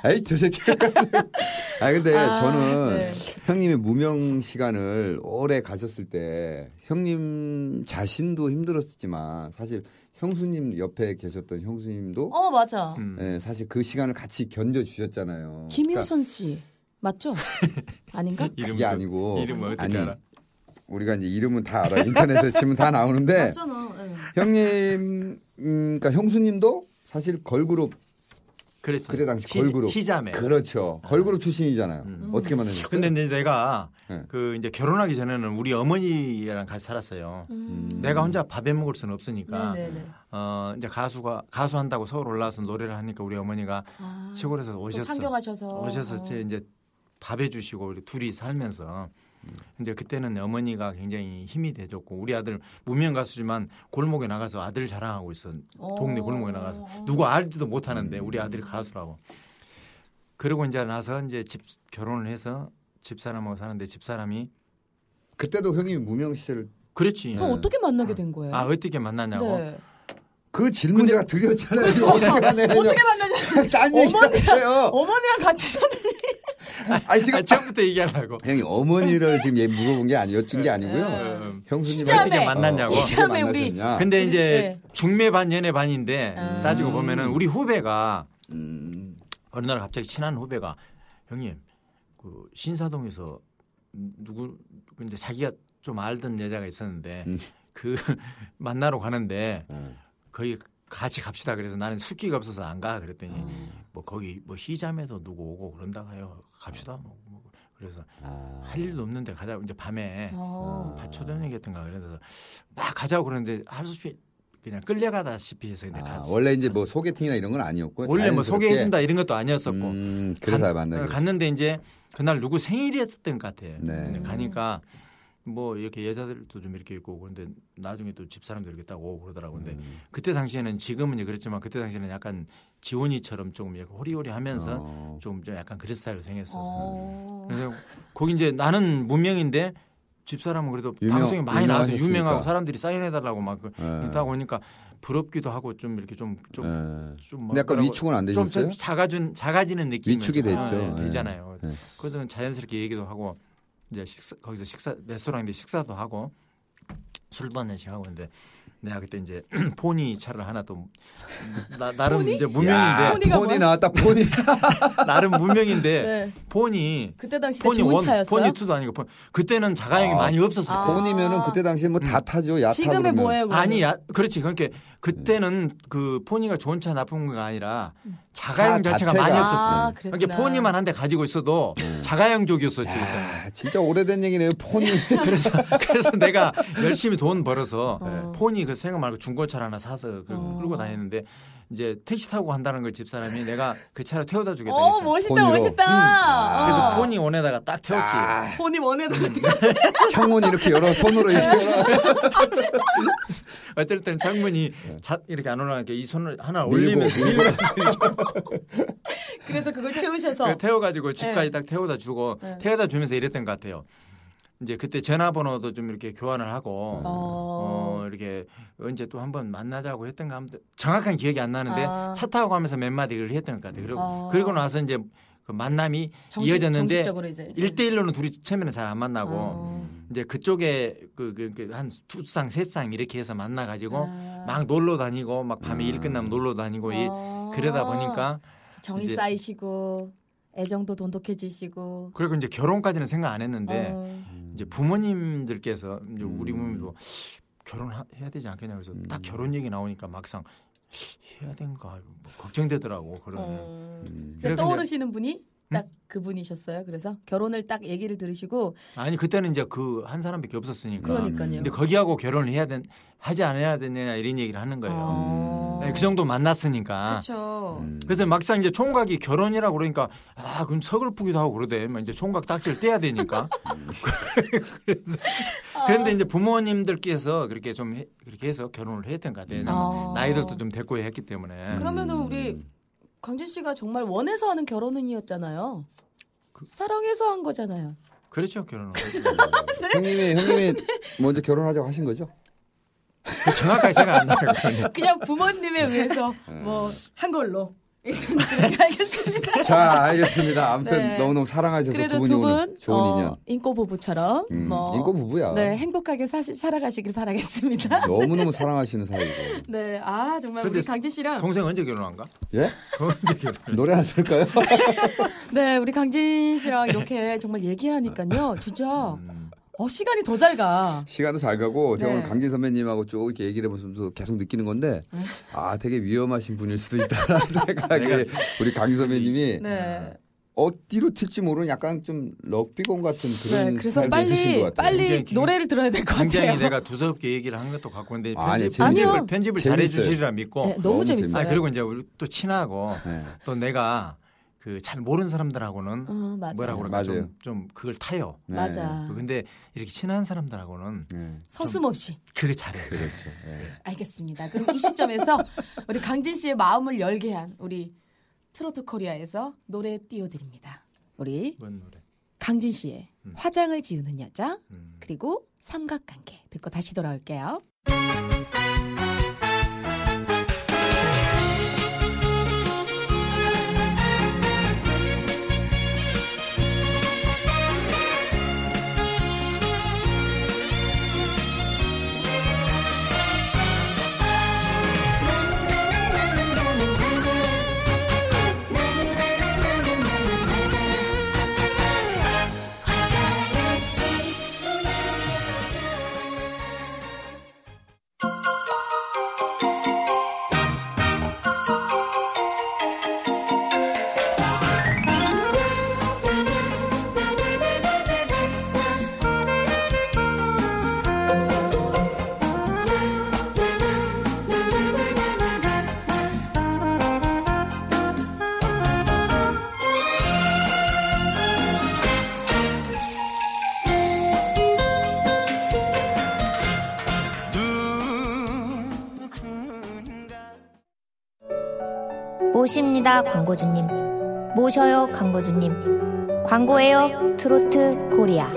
Speaker 4: 아이 저 새끼. (laughs) 아 근데
Speaker 2: 아,
Speaker 4: 저는
Speaker 2: 네.
Speaker 4: 형님의 무명 시간을 오래 가셨을 때 형님 자신도 힘들었지만 사실 형수님 옆에 계셨던 형수님도
Speaker 2: 어 맞아.
Speaker 3: 음. 그러니까.
Speaker 4: 예, 사실 그 시간을 같이 견뎌 주셨잖아요.
Speaker 2: 김효선 씨 맞죠? 아닌가?
Speaker 3: 예.
Speaker 4: 그게 아니고
Speaker 3: 이름 어떻게
Speaker 4: 아니
Speaker 3: 알아?
Speaker 4: 우리가 이제 이름은 다 알아. 인터넷에 (laughs) 치면 다 나오는데
Speaker 2: 맞잖아. 예.
Speaker 4: 형님, 음, 그러니까 형수님도 사실 걸그룹
Speaker 3: 그랬죠.
Speaker 4: 그때 당시
Speaker 3: 희-
Speaker 4: 걸그룹
Speaker 3: 희자매. 아.
Speaker 4: 그렇죠. 걸그룹 출신이잖아요.
Speaker 3: 음.
Speaker 4: 어떻게 만나셨어요?
Speaker 3: 근데 이제 내가
Speaker 4: 네.
Speaker 3: 그 이제 결혼하기 전에는 우리 어머니랑 같이 살았어요.
Speaker 2: 음.
Speaker 3: 내가 혼자 밥해 먹을 수는 없으니까
Speaker 2: 네네네.
Speaker 3: 어 이제 가수가 가수 한다고 서울 올라와서 노래를 하니까 우리 어머니가
Speaker 2: 아,
Speaker 3: 시골에서
Speaker 2: 또
Speaker 3: 오셨어.
Speaker 2: 상경하셔서
Speaker 3: 오셔서
Speaker 2: 어.
Speaker 3: 제 이제 밥해 주시고 우리 둘이 살면서 음. 이제 그때는 어머니가 굉장히 힘이 돼줬고 우리 아들 무명 가수지만 골목에 나가서 아들 자랑하고 있어
Speaker 2: 어. 음.
Speaker 3: 동네 골목에 나가서 누가 알지도 못하는데 우리 아들이 가수라고 그러고 이제 나서 이제 집 결혼을 해서 집 사람하고 사는데 집 사람이
Speaker 4: 그때도 형님이 무명 시절을
Speaker 3: 그렇지
Speaker 2: 그럼 어떻게 만나게 된 거예요?
Speaker 3: 아 어떻게 만났냐고 (laughs)
Speaker 2: 네.
Speaker 4: 그 질문제가 드렸잖아요. 지금 어떻게 만나냐고.
Speaker 2: 어떻게 만나냐?
Speaker 4: (laughs) 딴 얘기하세요.
Speaker 2: 어머니랑 같이 사는
Speaker 4: 아니 지금
Speaker 3: 아, 처음부터 얘기하려고
Speaker 4: 형님 어머니를 지금 얘 물어본 게 아니 여쭌 게
Speaker 2: 네.
Speaker 4: 아니고요.
Speaker 3: 음.
Speaker 4: 형수님
Speaker 2: 시자매.
Speaker 4: 어떻게
Speaker 3: 만났냐고.
Speaker 4: 어떻게
Speaker 2: 시자매 우리.
Speaker 4: 만나셨냐.
Speaker 3: 근데
Speaker 2: 그래서,
Speaker 3: 이제
Speaker 2: 네.
Speaker 3: 중매 반 연애 반인데
Speaker 2: 음.
Speaker 3: 따지고 보면은 우리 후배가
Speaker 4: 음,
Speaker 3: 어느 날 갑자기 친한 후배가 형님 그 신사동에서 누구 근데 자기가 좀 알던 여자가 있었는데
Speaker 4: 음.
Speaker 3: 그 (laughs) 만나러 가는데
Speaker 4: 음.
Speaker 3: 거기 같이 갑시다 그래서 나는 숫기가 없어서 안 가 그랬더니
Speaker 4: 음.
Speaker 3: 뭐 거기 뭐 희자매도 누구 오고 그런다가요 갑시다 뭐, 뭐. 그래서
Speaker 4: 아,
Speaker 3: 할 일도 없는데 가자고 이제 밤에
Speaker 2: 어.
Speaker 3: 바- 초저녁이었던가 그래서 막 가자고 그러는데 할 수 없이 그냥 끌려가다시피 해서 이제
Speaker 4: 아,
Speaker 3: 갔어.
Speaker 4: 원래 이제 뭐 소개팅이나 이런 건 아니었고
Speaker 3: 네, 원래 뭐
Speaker 4: 자연스럽게-
Speaker 3: 소개해준다 이런 것도 아니었었고
Speaker 4: 음, 그래서
Speaker 3: 간-
Speaker 4: 만나게
Speaker 3: 어,
Speaker 4: 됐어요.
Speaker 3: 갔는데 이제 그날 누구 생일이었던 것 같아요.
Speaker 4: 네.
Speaker 3: 근데 가니까 뭐 이렇게 여자들도 좀 이렇게 있고 그런데 나중에 또 집사람들 이렇게 딱 오고 그러더라고. 근데
Speaker 4: 음.
Speaker 3: 그때 당시에는 지금은 이제 그렇지만 그때 당시에는 약간 지원이처럼 조금 이렇게 호리호리 하면서
Speaker 4: 어.
Speaker 3: 좀좀 약간 그런 스타일로 생겼어서.
Speaker 2: 어.
Speaker 3: 그래서 거기 이제 나는 무명인데 집사람은 그래도
Speaker 4: 유명-
Speaker 3: 방송에 많이 나와서
Speaker 4: 유명하셨으니까.
Speaker 3: 유명하고 사람들이 사인해달라고 막 그-
Speaker 4: 예.
Speaker 3: 이러다 보니까 부럽기도 하고 좀 이렇게 좀좀
Speaker 4: 예.
Speaker 3: 좀
Speaker 4: 근데 약간
Speaker 3: 뭐라고-
Speaker 4: 위축은 안
Speaker 3: 좀
Speaker 4: 되셨어요?
Speaker 3: 작아진 작아지는 느낌이
Speaker 4: 위축이
Speaker 3: 좀,
Speaker 4: 됐죠.
Speaker 3: 아, 예,
Speaker 4: 예.
Speaker 3: 되잖아요.
Speaker 4: 예.
Speaker 3: 그래서 자연스럽게 얘기도 하고 이제 식사 거기서 식사 레스토랑에 식사도 하고 술도 한 잔씩 하고 근데 내가 그때 이제 (clears throat) 포니 차를 하나 또 나, 나름 이제
Speaker 4: 야,
Speaker 3: 무명인데
Speaker 2: 포니가
Speaker 4: 폰이
Speaker 2: 뭐야?
Speaker 4: 나왔다 폰이
Speaker 3: 나름 무명인데
Speaker 2: (laughs) 네.
Speaker 3: 폰이
Speaker 2: 그때 당시 때
Speaker 3: 폰이
Speaker 2: 좋은
Speaker 3: 원,
Speaker 2: 차였어요.
Speaker 3: 폰이 투도 아니고 폰. 그때는 자가용이
Speaker 4: 아.
Speaker 3: 많이 없었어요.
Speaker 2: 아.
Speaker 4: 폰이면은 그때 당시에 뭐
Speaker 3: 음.
Speaker 4: 다 타죠 야 타고
Speaker 2: 지금의
Speaker 4: 그러면.
Speaker 2: 뭐예요? 그러면?
Speaker 3: 아니, 야, 그렇지. 그러니까
Speaker 4: 음.
Speaker 3: 그때는 그 포니가 좋은 차 나쁜 건 아니라
Speaker 2: 음.
Speaker 4: 차
Speaker 3: 자가용 자체가
Speaker 4: 자체가.
Speaker 3: 많이
Speaker 4: 아,
Speaker 3: 없었어요.
Speaker 2: 아, 그랬구나.
Speaker 3: 그러니까 포니만 한 대 가지고 있어도 자가용족이었었지. 그때는.
Speaker 4: 음. 아, 진짜 오래된 얘기네요 폰이
Speaker 3: 그래서, (laughs) 그래서 내가 열심히 돈 벌어서
Speaker 2: 어.
Speaker 3: 포니 그 생각 말고 중고차를 하나 사서 그
Speaker 2: 어.
Speaker 3: 끌고 다녔는데 이제 택시 타고 간다는 걸 집사람이 내가 그 차를 태워다 주겠다
Speaker 2: 어
Speaker 3: 했어요. 음.
Speaker 2: 멋있다
Speaker 4: 폰으로.
Speaker 2: 멋있다. 아.
Speaker 3: 그래서 음. 포니 원에다가 딱 태웠지.
Speaker 4: 아.
Speaker 2: 폰이 원해도
Speaker 4: 창문 이렇게 열어 손으로 이렇게 열어
Speaker 3: 어쩔 때는 창문이 자- 이렇게 안 올라가니까 이 손을 하나
Speaker 4: 네. 밀고,
Speaker 3: 올리면서
Speaker 4: 밀고.
Speaker 2: (laughs) 그래서 그걸 태우셔서
Speaker 3: 그 태워가지고
Speaker 2: 네.
Speaker 3: 집까지 딱 태워다 주고
Speaker 2: 네.
Speaker 3: 태워다 주면서 이랬던 것 같아요. 이제 그때 전화번호도 좀 이렇게 교환을 하고
Speaker 2: 어.
Speaker 3: 어, 이렇게 언제 또 한번 만나자고 했던가 아무튼 정확한 기억이 안 나는데
Speaker 2: 아.
Speaker 3: 차 타고 가면서 몇 마디를 했던 것 같아요. 그리고
Speaker 2: 아.
Speaker 3: 그러고 나서 이제 그 만남이
Speaker 2: 정식,
Speaker 3: 이어졌는데
Speaker 2: 정식적으로 이제
Speaker 3: 일대일로는 둘이 처음에는 잘 안 만나고
Speaker 2: 어.
Speaker 3: 이제 그쪽에 그한두 쌍, 세 쌍 이렇게 해서 만나 가지고
Speaker 2: 아.
Speaker 3: 막 놀러 다니고 막 밤에 일 끝나면 놀러 다니고 일-
Speaker 2: 아.
Speaker 3: 그러다 보니까
Speaker 2: 정이
Speaker 3: 이제-
Speaker 2: 쌓이시고 애정도 돈독해지시고.
Speaker 3: 그리고 이제 결혼까지는 생각 안 했는데
Speaker 2: 어.
Speaker 3: 이제 부모님들께서 이제 우리 부모님도 결혼해야 되지 않겠냐 그래서 딱 결혼 얘기 나오니까 막상 해야 된가 뭐 걱정되더라고 그러면
Speaker 2: 어.
Speaker 3: 그래,
Speaker 2: 그러니까 떠오르시는 분이
Speaker 3: 음?
Speaker 2: 딱 그분이셨어요. 그래서 결혼을 딱 얘기를 들으시고
Speaker 3: 아니 그때는 이제 그 한 사람밖에 없었으니까
Speaker 2: 그러니까요.
Speaker 3: 근데 거기하고 결혼을 해야 된 하지 않아야 되냐 이런 얘기를 하는 거예요
Speaker 2: 아.
Speaker 3: 네, 그 정도 만났으니까
Speaker 2: 그렇죠.
Speaker 3: 그래서 막상 이제 총각이 결혼이라고 그러니까 아 그럼 서글프기도 하고 그러대 막 이제 총각 딱지를
Speaker 2: (laughs)
Speaker 3: 떼야 되니까 그래서 그런데 이제 부모님들께서 그렇게 좀 해- 그렇게 해서 결혼을 했던 것 같아요 왜냐면
Speaker 2: 아.
Speaker 3: 나이들도 좀 됐고 했기 때문에
Speaker 2: 그러면은 우리 강진 씨가 정말 원해서 하는 결혼은이었잖아요.
Speaker 3: 그
Speaker 2: 사랑해서 한 거잖아요.
Speaker 3: 그렇죠 결혼은
Speaker 4: 형님이 형님이 먼저 결혼하자고 하신 거죠?
Speaker 3: 그 정확하게 생각 안 나요 (laughs)
Speaker 4: 네.
Speaker 2: 그냥 부모님에 의해서 뭐 한 걸로.
Speaker 4: (laughs)
Speaker 2: 그렇게 알겠습니다.
Speaker 4: 자, 알겠습니다. 아무튼
Speaker 2: 네.
Speaker 4: 너무너무 사랑하셔서
Speaker 2: 그래도
Speaker 4: 두 분이 오늘
Speaker 2: 두분 어.
Speaker 4: 좋은 인연.
Speaker 2: 인꼬 부부처럼
Speaker 4: 음,
Speaker 2: 뭐
Speaker 4: 인꼬 부부야.
Speaker 2: 네, 행복하게 사시, 살아가시길 바라겠습니다. (laughs)
Speaker 4: 너무너무 사랑하시는 사이고.
Speaker 2: 네, 아 정말
Speaker 3: 근데
Speaker 2: 우리 강진 씨랑
Speaker 3: 동생 언제 결혼한가?
Speaker 4: 예?
Speaker 3: 언제
Speaker 2: (laughs)
Speaker 3: 결혼?
Speaker 4: 노래 하나 들까요?
Speaker 2: 네 우리 강진 씨랑 이렇게 정말 얘기하니까요,
Speaker 4: 네.
Speaker 2: 진짜
Speaker 3: 음,
Speaker 2: 어 시간이 더 잘 가.
Speaker 4: 시간도 잘 가고 제가
Speaker 2: 네.
Speaker 4: 오늘 강진 선배님하고 쭉 이렇게 얘기를 해보면서 계속 느끼는 건데
Speaker 2: 네.
Speaker 4: 아 되게 위험하신 분일 수도 있다라는 (laughs) 생각이 우리 강진 선배님이
Speaker 2: 네,
Speaker 4: 어디로 튈지 모르는 약간 좀 럭비공 같은
Speaker 2: 네,
Speaker 4: 그런
Speaker 2: 그래서
Speaker 4: 스타일도 있으신
Speaker 2: 빨리
Speaker 4: 것 같아요.
Speaker 2: 빨리
Speaker 3: 굉장히 긴-
Speaker 2: 노래를 들어야 될 것
Speaker 3: 굉장히
Speaker 2: 같아요.
Speaker 3: 내가 두서없게 얘기를 한 것도 갖고 있는데
Speaker 4: 아니,
Speaker 3: 편집,
Speaker 4: 재밌어요.
Speaker 2: 아니요.
Speaker 3: 편집을, 편집을
Speaker 4: 재밌어요.
Speaker 3: 잘해주시리라 믿고
Speaker 2: 네, 너무
Speaker 4: 너무
Speaker 2: 재밌어요.
Speaker 3: 아 그리고 이제 우리 또 친하고
Speaker 4: 네.
Speaker 3: 또 내가 그 잘 모르는 사람들하고는
Speaker 2: 어, 맞아요.
Speaker 3: 뭐라고 그럴까
Speaker 4: 맞아요.
Speaker 3: 좀, 좀 그걸 타요.
Speaker 4: 네.
Speaker 2: 맞아.
Speaker 3: 근데 이렇게 친한 사람들하고는
Speaker 4: 네.
Speaker 2: 서슴없이.
Speaker 3: 그게 잘해.
Speaker 4: 그렇죠.
Speaker 2: 알겠습니다. 그럼 이 시점에서 우리 강진 씨의 마음을 열게 한 우리 트로트 코리아에서 노래 띄워드립니다. 우리
Speaker 3: 이번 노래.
Speaker 2: 강진 씨의
Speaker 3: 음.
Speaker 2: 화장을 지우는 여자
Speaker 3: 음.
Speaker 2: 그리고 삼각관계 듣고 다시 돌아올게요.
Speaker 5: 모십니다 광고주님 모셔요 광고주님 광고예요 트로트 코리아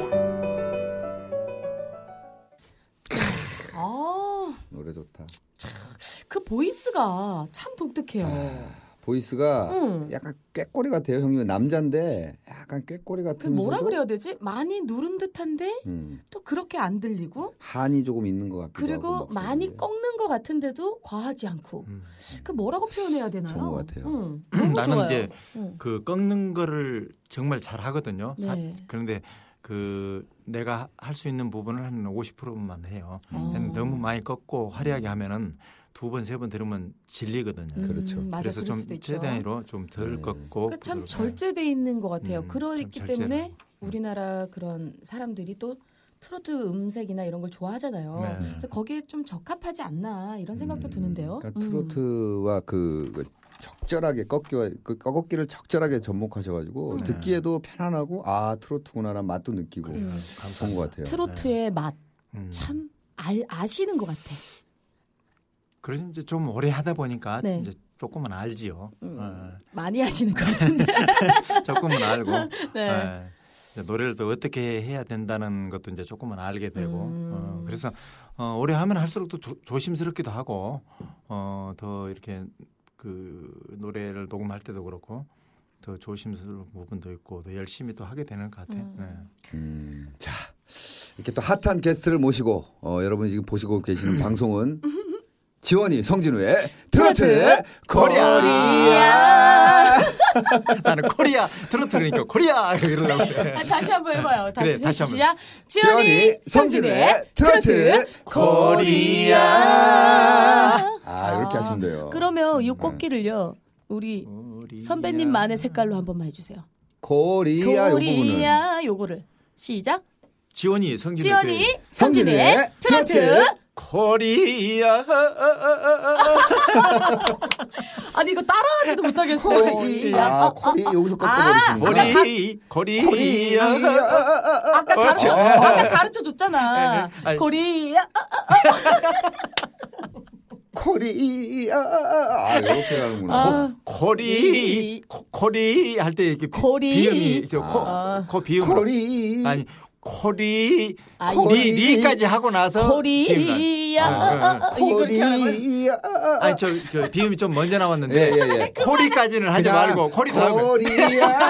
Speaker 2: 아,
Speaker 4: 노래 좋다.
Speaker 2: 그 보이스가 참 독특해요.
Speaker 4: 보이스가
Speaker 2: 응.
Speaker 4: 약간 꾀꼬리 같아요, 형님은 남자인데 약간 꾀꼬리
Speaker 2: 그
Speaker 4: 같은.
Speaker 2: 뭐라 그래야 되지? 많이 누른 듯한데 또 그렇게 안 들리고
Speaker 4: 한이 조금 있는 것 같기도
Speaker 2: 그리고
Speaker 4: 하고.
Speaker 2: 많이 꺾는 것 같은데도 과하지 않고
Speaker 3: 음.
Speaker 2: 그 뭐라고 표현해야 되나요?
Speaker 4: 좋은 것 같아요.
Speaker 2: 응, 음, 너무
Speaker 3: 나는
Speaker 2: 좋아요.
Speaker 3: 이제
Speaker 2: 응.
Speaker 3: 그 꺾는 거를 정말 잘 하거든요. 사-
Speaker 2: 네.
Speaker 3: 그런데 그 내가 할 수 있는 부분을 한 50%만 해요.
Speaker 2: 어.
Speaker 3: 너무 많이 꺾고 화려하게 하면은 두 번 세 번 들으면 질리거든요.
Speaker 2: 음,
Speaker 4: 그렇죠.
Speaker 2: 맞아,
Speaker 3: 그래서
Speaker 2: 그럴
Speaker 3: 좀
Speaker 2: 수도 있죠.
Speaker 3: 최대한으로 좀 덜
Speaker 4: 네.
Speaker 3: 꺾고
Speaker 2: 그참
Speaker 3: 부드럽게.
Speaker 2: 절제돼 있는 것 같아요.
Speaker 3: 음,
Speaker 2: 그렇기
Speaker 3: 참 네.
Speaker 2: 때문에
Speaker 3: 절제라고.
Speaker 2: 우리나라 그런 사람들이 또 트로트 음색이나 이런 걸 좋아하잖아요.
Speaker 3: 네.
Speaker 2: 그래서 거기에 좀 적합하지 않나 이런 생각도
Speaker 4: 음,
Speaker 2: 드는데요. 음.
Speaker 4: 그러니까 트로트와 그, 그 적절하게 꺾기 그 꺾기를 적절하게 접목하셔가지고
Speaker 3: 네.
Speaker 4: 듣기에도 편안하고 아 트로트구나라는 맛도 느끼고
Speaker 3: 그래요.
Speaker 4: 좋은 것
Speaker 3: 감사합니다.
Speaker 4: 같아요.
Speaker 2: 트로트의
Speaker 3: 네. 음.
Speaker 2: 맛 참 알, 아시는 것 같아.
Speaker 3: 그래서 이제 좀 오래 하다 보니까
Speaker 2: 네. 음.
Speaker 3: 이제 조금은 알지요. 어,
Speaker 2: 많이 아시는 것 같은데.
Speaker 3: 조금은 (laughs) 알고
Speaker 2: 네.
Speaker 3: 예. 이제 노래를 또 어떻게 해야 된다는 것도 이제 조금은 알게 되고 어, 그래서 어, 오래 하면 할수록 또 조, 조심스럽기도 하고 어, 더 이렇게 그 노래를 녹음할 때도 그렇고 더 조심스러운 부분도 있고 더 열심히 또 하게 되는 것 같아요. 네.
Speaker 4: 음, 자 이렇게 또 핫한 게스트를 모시고 어, 여러분이 지금 보시고 계시는 방송은 지원이 성진우의 트로트 코리아.
Speaker 3: 네. 나는 코리아 트로트 그러니까 코리아 (laughs) 이러려고 그래.
Speaker 2: 아, 다시 한번 해봐요. 다시
Speaker 3: 네. 그래, 다시 한번.
Speaker 2: 시작. 지연이 성진의 트로트
Speaker 4: 코리아. 아, 이렇게 하시면 돼요.
Speaker 2: 그러면 이 꽃길을요. 우리
Speaker 3: 음, 네. 코리아.
Speaker 2: 선배님만의 색깔로 한 번만 해주세요.
Speaker 4: 코리아 요 부분은
Speaker 2: 코리아 요거를 시작.
Speaker 3: 지원이 그 성진이
Speaker 2: 지연이 성진의 트로트.
Speaker 3: 코리아 어, 아,
Speaker 2: 아니 이거 따라하지도 못하겠어.
Speaker 4: 코리아 아, 코리 여기서 꺾어버리시는 거
Speaker 3: 코리 코리아
Speaker 2: 아까
Speaker 4: 어,
Speaker 2: 가르쳐 아까 가르쳐 줬잖아.
Speaker 3: 네, 네. 아니.
Speaker 2: 코리아
Speaker 4: 코리아 아 이렇게 가는구나
Speaker 2: 아,
Speaker 3: 어, 코리 코- 코리 할 때 이렇게 비-
Speaker 2: 코리.
Speaker 3: 비음이 저 코,
Speaker 4: 아.
Speaker 3: 코 비음
Speaker 4: 코리
Speaker 3: 아니 코리
Speaker 2: 아,
Speaker 3: 리
Speaker 4: 코리.
Speaker 3: 리까지 하고
Speaker 4: 어,
Speaker 3: 나서 비음이
Speaker 2: 코리아
Speaker 3: 아, 아,
Speaker 2: 어, 이렇게 하는 거예요?
Speaker 4: 코리아.
Speaker 3: 나- 아니 저저 비음이 좀 먼저 나왔는데
Speaker 4: 예, 예, 예.
Speaker 3: (laughs) 코리까지는 하지
Speaker 4: 그냥
Speaker 3: 말고 코리 다 하고
Speaker 4: 코리아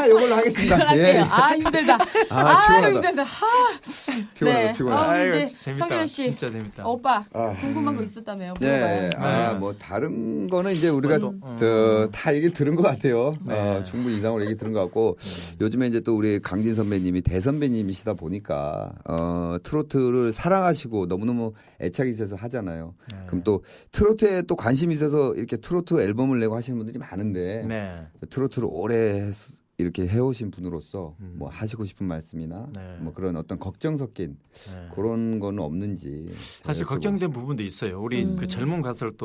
Speaker 4: 요걸로
Speaker 2: 그걸
Speaker 4: 하겠습니다. 예,
Speaker 2: 할게요. 아 힘들다. 아,
Speaker 4: 피곤하다.
Speaker 2: 힘들다. 하.
Speaker 4: 피곤하다,
Speaker 2: 네.
Speaker 4: 피곤하다.
Speaker 2: 아,
Speaker 3: 아이고,
Speaker 2: 이제
Speaker 3: 재밌다.
Speaker 2: 성현 씨, 어.
Speaker 3: 진짜 재밌다.
Speaker 2: 오빠
Speaker 4: 아.
Speaker 2: 궁금한 거 있었다며요.
Speaker 4: 예, 예.
Speaker 2: 물어봐요.
Speaker 4: 아,
Speaker 3: 네.
Speaker 4: 뭐, 다른 거는 이제 우리가
Speaker 3: 또, 음.
Speaker 4: 저, 다 얘기 들은 것 같아요.
Speaker 3: 네.
Speaker 4: 어, 충분히 이상으로 얘기 들은 것 같고 요즘에 이제 또 우리 강진 선배님이 대선배님이시다 보니까 어, 트로트를 사랑하시고 너무너무 애착이 있어서 하잖아요.
Speaker 3: 네.
Speaker 4: 그럼 또 트로트에 또 관심이 있어서 이렇게 트로트 앨범을 내고 하시는 분들이 많은데
Speaker 3: 네.
Speaker 4: 트로트를 오래 했- 이렇게 해오신 분으로서 뭐 하시고 싶은 말씀이나
Speaker 3: 음. 네.
Speaker 4: 뭐 그런 어떤 걱정 섞인
Speaker 3: 네.
Speaker 4: 그런 거는 없는지
Speaker 3: 사실
Speaker 4: 여쭤보고.
Speaker 3: 걱정된 부분도 있어요. 우리
Speaker 4: 음.
Speaker 3: 그 젊은 가수를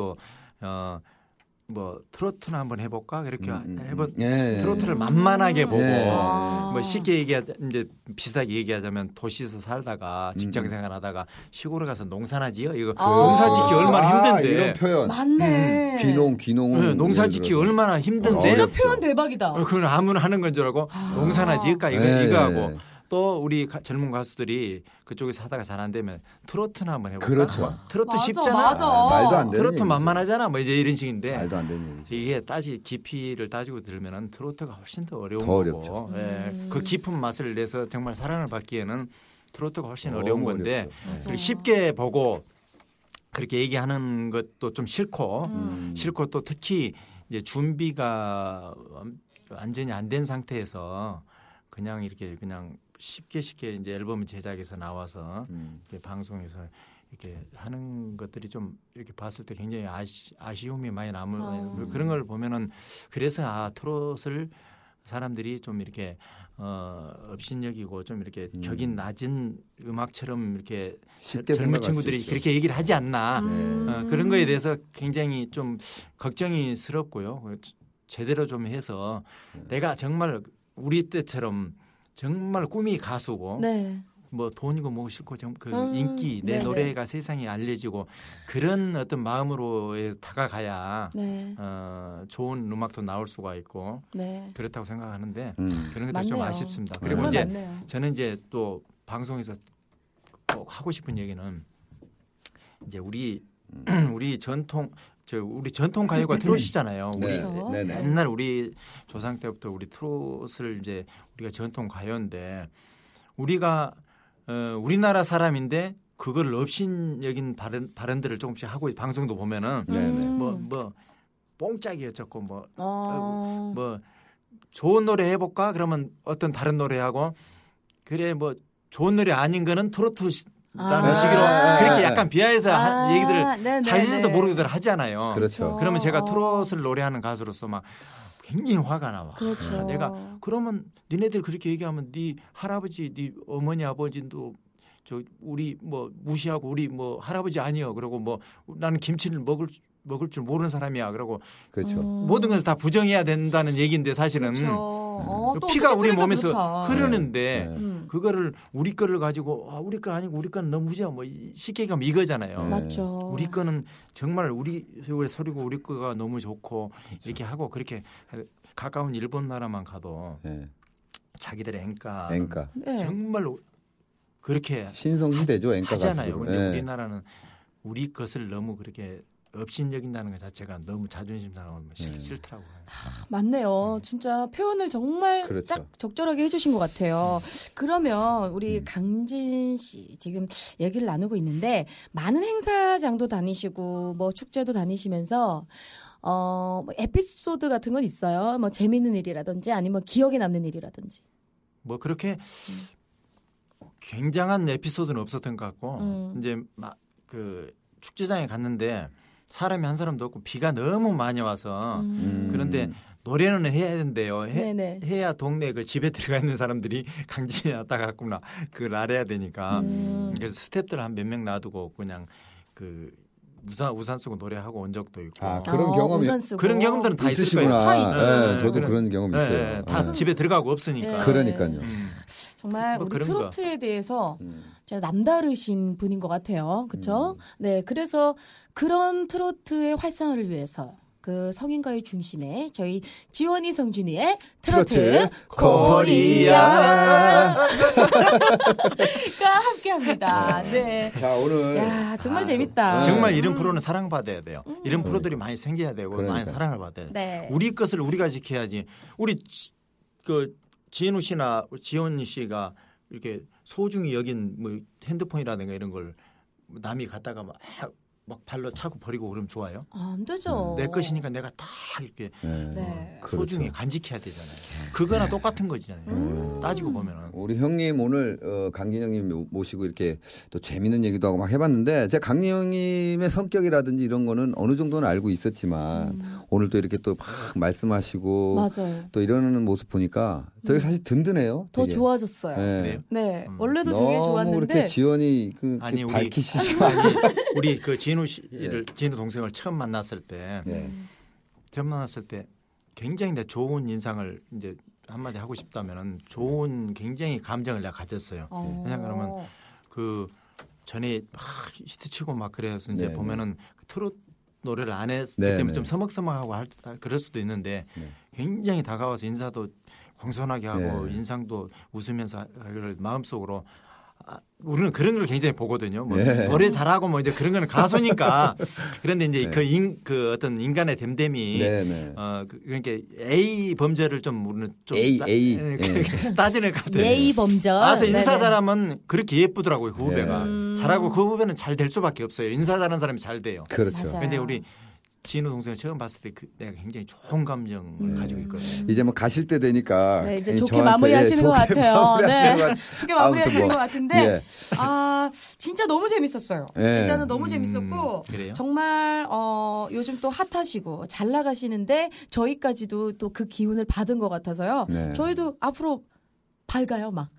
Speaker 3: 또어뭐 트로트나 한번 해볼까 이렇게
Speaker 4: 음, 음.
Speaker 3: 해본
Speaker 4: 예, 예.
Speaker 3: 트로트를 만만하게 보고
Speaker 4: 예.
Speaker 2: 아.
Speaker 3: 뭐 쉽게 얘기하자 이제 비슷하게 얘기하자면 도시에서 살다가
Speaker 4: 음.
Speaker 3: 직장 생활하다가 시골에 가서 농사나 지어 이거
Speaker 2: 아.
Speaker 3: 농사 짓기 얼마나
Speaker 4: 그 아,
Speaker 3: 힘든데
Speaker 4: 이런 표현
Speaker 2: 맞네.
Speaker 4: 음, 귀농 귀농
Speaker 3: 네, 농사
Speaker 4: 예를
Speaker 3: 짓기
Speaker 4: 들어서.
Speaker 3: 얼마나 힘든데
Speaker 2: 진짜
Speaker 4: 어렵죠. 음.
Speaker 2: 표현 대박이다.
Speaker 3: 어, 그건 아무나 하는 건 줄 알고 농사나 지을까 이거
Speaker 4: 네,
Speaker 3: 이거
Speaker 4: 네,
Speaker 3: 하고
Speaker 4: 네.
Speaker 3: 또 우리 가- 젊은 가수들이 그쪽에서 하다가 잘 안 되면 트로트나 한번 해볼까
Speaker 4: 그렇죠.
Speaker 3: 뭐 트로트
Speaker 2: 맞아,
Speaker 3: 쉽잖아
Speaker 2: 맞아.
Speaker 4: 아, 말도 안 되는
Speaker 3: 트로트
Speaker 4: 얘기죠.
Speaker 3: 만만하잖아 뭐 이제 이런 식인데
Speaker 4: 말도 안 되는 얘기죠.
Speaker 3: 이게 따지 깊이를 따지고 들면은 트로트가 훨씬 더 어려운
Speaker 4: 더
Speaker 3: 거고
Speaker 4: 어렵죠.
Speaker 3: 예, 그 깊은 맛을 내서 정말 사랑을 받기에는 트로트가 훨씬
Speaker 4: 너무
Speaker 3: 어려운 건데
Speaker 4: 어렵죠.
Speaker 2: 맞아.
Speaker 3: 그리고 쉽게 보고 그렇게 얘기하는 것도 좀 싫고
Speaker 4: 음.
Speaker 3: 싫고 또 특히 이제 준비가 완전히 안 된 상태에서 그냥 이렇게 그냥 쉽게 쉽게 이제 앨범 제작에서 나와서
Speaker 4: 음.
Speaker 3: 이렇게 방송에서 이렇게 하는 것들이 좀 이렇게 봤을 때 굉장히 아쉬, 아쉬움이 많이 남을 그런 걸 보면은 그래서 아 트롯을 사람들이 좀 이렇게 어 업신여기고 좀 이렇게 격인 낮은 음악처럼 이렇게
Speaker 4: 음. 쉽게
Speaker 3: 젊은
Speaker 4: 생각할 수
Speaker 3: 친구들이
Speaker 4: 있죠.
Speaker 3: 그렇게 얘기를 하지 않나
Speaker 4: 음.
Speaker 3: 어, 그런 거에 대해서 굉장히 좀 걱정이스럽고요. 그 제대로 좀 해서
Speaker 4: 네.
Speaker 3: 내가 정말 우리 때처럼 정말 꿈이 가수고
Speaker 2: 네.
Speaker 3: 뭐 돈이고 뭐고 싫고 좀 그
Speaker 2: 음,
Speaker 3: 인기 내
Speaker 2: 네네.
Speaker 3: 노래가 세상에 알려지고 그런 어떤 마음으로 다가가야
Speaker 2: 네.
Speaker 3: 어, 좋은 음악도 나올 수가 있고
Speaker 2: 네.
Speaker 3: 그렇다고 생각하는데
Speaker 4: 음.
Speaker 3: 그런 것들 좀
Speaker 2: 맞네요.
Speaker 3: 아쉽습니다.
Speaker 4: 네.
Speaker 3: 그리고
Speaker 4: 정말
Speaker 3: 이제
Speaker 2: 맞네요.
Speaker 3: 저는 이제 또 방송에서 꼭 하고 싶은 얘기는 이제 우리 (clears throat) 우리 전통 저 우리 전통
Speaker 2: (laughs)
Speaker 3: 가요가 트롯이잖아요. 우리
Speaker 4: 네,
Speaker 2: 그렇죠.
Speaker 4: 네, 네.
Speaker 3: 옛날 우리 조상 때부터 우리 트롯을 이제 우리가 전통 가요인데 우리가 어, 우리나라 사람인데 그걸 업신 여긴 발언, 발언들을 조금씩 하고 방송도 보면은
Speaker 4: 네,
Speaker 2: 음.
Speaker 4: 네.
Speaker 3: 뭐 뭐 뽕짝이었었고 뭐
Speaker 2: 어.
Speaker 3: 뭐 좋은 노래 해볼까 그러면 어떤 다른 노래 하고 그래 뭐 좋은 노래 아닌 거는 트로트라는
Speaker 2: 아.
Speaker 3: 식으로
Speaker 2: 아.
Speaker 3: 그렇게 약간 비하해서
Speaker 2: 아,
Speaker 3: 한 얘기들을
Speaker 2: 네네네.
Speaker 3: 자신도 모르게들 하잖아요.
Speaker 4: 그렇죠.
Speaker 3: 러면 제가
Speaker 2: 어.
Speaker 3: 트롯을 노래하는 가수로서 막 굉장히 화가 나와.
Speaker 2: 그렇죠.
Speaker 3: 아, 내가 그러면 니네들 그렇게 얘기하면 네 할아버지, 네 어머니, 아버지도 저 우리 뭐 무시하고 우리 뭐 할아버지 아니요. 그러고 뭐 나는 김치를 먹을 줄- 먹을 줄 모르는 사람이야. 그러고
Speaker 4: 그렇죠.
Speaker 2: 음.
Speaker 3: 모든 걸 다 부정해야 된다는 얘기인데 사실은
Speaker 2: 그렇죠. 어, 또
Speaker 3: 음. 피가
Speaker 2: 어떻게
Speaker 3: 우리
Speaker 2: 그러니까
Speaker 3: 몸에서
Speaker 2: 그렇다.
Speaker 3: 흐르는데
Speaker 4: 네.
Speaker 2: 음.
Speaker 3: 그거를 우리 거를 가지고 아, 우리 거 아니고 우리 건 너무 후지야 뭐 이- 쉽게 얘기하면 이거잖아요.
Speaker 4: 네.
Speaker 2: 맞죠.
Speaker 3: 우리 거는 정말 우리 세월의 소리고 우리 거가 너무 좋고 이렇게 하고 그렇게 가까운 일본 나라만 가도
Speaker 4: 예.
Speaker 3: 자기들의 앵가
Speaker 4: 앵가
Speaker 2: 네.
Speaker 3: 정말 그렇게
Speaker 4: 신성시대죠 예. 앵가 네.
Speaker 3: 하잖아요.
Speaker 4: 가수.
Speaker 3: 근데 우리나라는 우리 것을 너무 그렇게 업신여긴다는 것 자체가 너무 자존심 상하고 뭐
Speaker 4: 네.
Speaker 3: 싫- 싫더라고요. 음.
Speaker 2: 맞네요. 진짜 표현을 정말
Speaker 4: 그렇죠. 음.
Speaker 2: 딱 적절하게 해주신 것 같아요. 그러면 우리 강진 씨 지금 얘기를 나누고 있는데 많은 행사장도 다니시고 뭐 축제도 다니시면서 어뭐 에피소드 같은 건 있어요. 뭐 재밌는 일이라든지 아니면 기억에 남는 일이라든지.
Speaker 3: 뭐 그렇게 굉장한 에피소드는 없었던 것 같고
Speaker 2: 음.
Speaker 3: 이제 막 그 축제장에 갔는데 사람이 한 사람도 없고 비가 너무 많이
Speaker 2: 음.
Speaker 3: 와서
Speaker 4: 음.
Speaker 3: 그런데 노래는 해야 된대요. 해,
Speaker 2: 네네.
Speaker 3: 해야 동네 그 집에 (laughs) 들어가 있는 사람들이 강진에 왔다 갔구나 그걸 알아야 되니까
Speaker 2: 음.
Speaker 3: 그래서 스탭들 한 몇 명 놔두고 그냥 그 우산 우산 쓰고 노래하고 온 적도 있고
Speaker 4: 아, 그런
Speaker 2: 어,
Speaker 4: 경험이
Speaker 2: 우산 쓰고.
Speaker 3: 그런 경험들은 다 있을 거예요.
Speaker 4: 있으시구나.
Speaker 2: 다 있죠.
Speaker 4: 예,
Speaker 3: 네,
Speaker 4: 저도
Speaker 3: 그래.
Speaker 4: 그런 경험
Speaker 3: 예,
Speaker 4: 있어요.
Speaker 3: 예, 다
Speaker 4: 예.
Speaker 3: 집에 들어가고 없으니까.
Speaker 2: 예.
Speaker 4: 그러니까요.
Speaker 3: 음.
Speaker 2: 정말
Speaker 3: 뭐
Speaker 2: 우리
Speaker 3: 그런 거.
Speaker 2: 트로트에 대해서 진짜 남다르신 분인 것 같아요. 그렇죠? 네, 그래서 그런 트로트의 활성화를 위해서 그 성인가요 중심에 저희 지원이 성준이의 트로트,
Speaker 4: 트로트
Speaker 2: 코리아가 함께합니다. 네.
Speaker 4: 자 오늘
Speaker 2: 야 정말 재밌다.
Speaker 3: 아, 정말
Speaker 2: 음.
Speaker 3: 이런 프로는 사랑받아야 돼요. 이런 프로들이 많이 생겨야 되고 많이
Speaker 4: 음. 그러니까요.
Speaker 3: 사랑을 받아야 돼요.
Speaker 2: 네.
Speaker 3: 우리 것을 우리가 지켜야지. 우리 지- 그 지현우 씨나 지현 씨가 이렇게 소중히 여긴 뭐 핸드폰이라든가 이런 걸 남이 갖다가 막, 막 발로 차고 버리고 그러면 좋아요.
Speaker 2: 안 되죠.
Speaker 3: 음, 내 것이니까 내가 다 이렇게
Speaker 4: 예.
Speaker 2: 네.
Speaker 4: 그렇죠.
Speaker 3: 소중히 간직해야 되잖아요.
Speaker 4: 네.
Speaker 3: 그거나 똑같은 거잖아요. 따지고 보면은.
Speaker 4: 우리 형님 오늘 어, 강진 형님 모- 모시고 이렇게 또 재밌는 얘기도 하고 막 해봤는데 제가 강진 형님의 성격이라든지 이런 거는 어느 정도는 알고 있었지만 오늘 또 이렇게 또 막
Speaker 2: 음.
Speaker 4: 말씀하시고
Speaker 2: 맞아요. 음.
Speaker 4: 또 이러는 모습 보니까 저게 사실 든든해요.
Speaker 2: 더
Speaker 4: 되게.
Speaker 2: 좋아졌어요. 네.
Speaker 4: 예.
Speaker 3: 그래요? 음.
Speaker 2: 원래도 되게
Speaker 4: 너무 그렇게
Speaker 2: 좋았는데
Speaker 4: 지원이 그,
Speaker 3: 아니,
Speaker 4: 그
Speaker 3: 우리- (laughs)
Speaker 4: 밝히시지 마.
Speaker 3: 아니, 우리 그 진우
Speaker 4: (laughs)
Speaker 3: 씨를 진우 동생을 처음 만났을 때
Speaker 4: 예.
Speaker 3: 처음 만났을 때 굉장히 내 좋은 인상을 이제 한마디 하고 싶다면은 좋은 굉장히 감정을 내가 가졌어요.
Speaker 2: 어.
Speaker 3: 그냥 그러면 그 전에 막 히트치고 막 그래서 이제
Speaker 4: 네,
Speaker 3: 보면은 트롯 노래를 안 했기 그
Speaker 4: 네,
Speaker 3: 때문에
Speaker 4: 네.
Speaker 3: 좀 서먹서먹하고 할, 그럴 수도 있는데
Speaker 4: 네.
Speaker 3: 굉장히 다가와서 인사도 공손하게 하고
Speaker 4: 네.
Speaker 3: 인상도 웃으면서 하기를 마음속으로 아, 우리는 그런 걸 굉장히 보거든요. 뭐
Speaker 4: 네.
Speaker 3: 노래 잘하고 뭐 이제 그런 거는 가수니까
Speaker 4: (laughs)
Speaker 3: 그런데 이제 그, 인, 그 어떤 인간의 댐댐이
Speaker 4: 네, 네.
Speaker 3: 어 그- 그러니까 A 범죄를 좀 우리는 좀 예,
Speaker 4: A, A. 네.
Speaker 3: 그렇게 따지는 것 같아요.
Speaker 2: 예의 범절.
Speaker 3: 아서 인사
Speaker 2: 네네. 음.
Speaker 3: 잘하면 그렇게 예쁘더라고요 그 후배가
Speaker 4: 네.
Speaker 3: 잘하고 그 후배는 잘 될 수밖에 없어요 인사 잘하는 사람이 잘 돼요
Speaker 4: 그렇죠.
Speaker 2: 맞아요.
Speaker 3: 근데 우리 진우 동생을 처음 봤을 때 그, 내가 굉장히 좋은 감정을
Speaker 4: 음.
Speaker 3: 가지고 있거든요
Speaker 2: 음.
Speaker 4: 이제 뭐 가실 때 되니까
Speaker 2: 네, 이제
Speaker 4: 괜히
Speaker 2: 좋게
Speaker 4: 저한테,
Speaker 2: 마무리하시는
Speaker 4: 예,
Speaker 2: 것
Speaker 4: 좋게
Speaker 2: 같아요.
Speaker 4: 마무리하시는
Speaker 2: 네.
Speaker 4: 것 같-
Speaker 2: 좋게 마무리하시는
Speaker 4: 아무튼
Speaker 2: 것
Speaker 4: 뭐,
Speaker 2: 같은데
Speaker 4: 예.
Speaker 2: 아 진짜 너무 재밌었어요.
Speaker 4: 예.
Speaker 2: 일단은 너무
Speaker 3: 음,
Speaker 2: 재밌었고
Speaker 3: 그래요?
Speaker 2: 정말 어, 요즘 또 핫하시고 잘 나가시는데 저희까지도 또 그 기운을 받은 것 같아서요.
Speaker 4: 네.
Speaker 2: 저희도 앞으로 밝아요 막.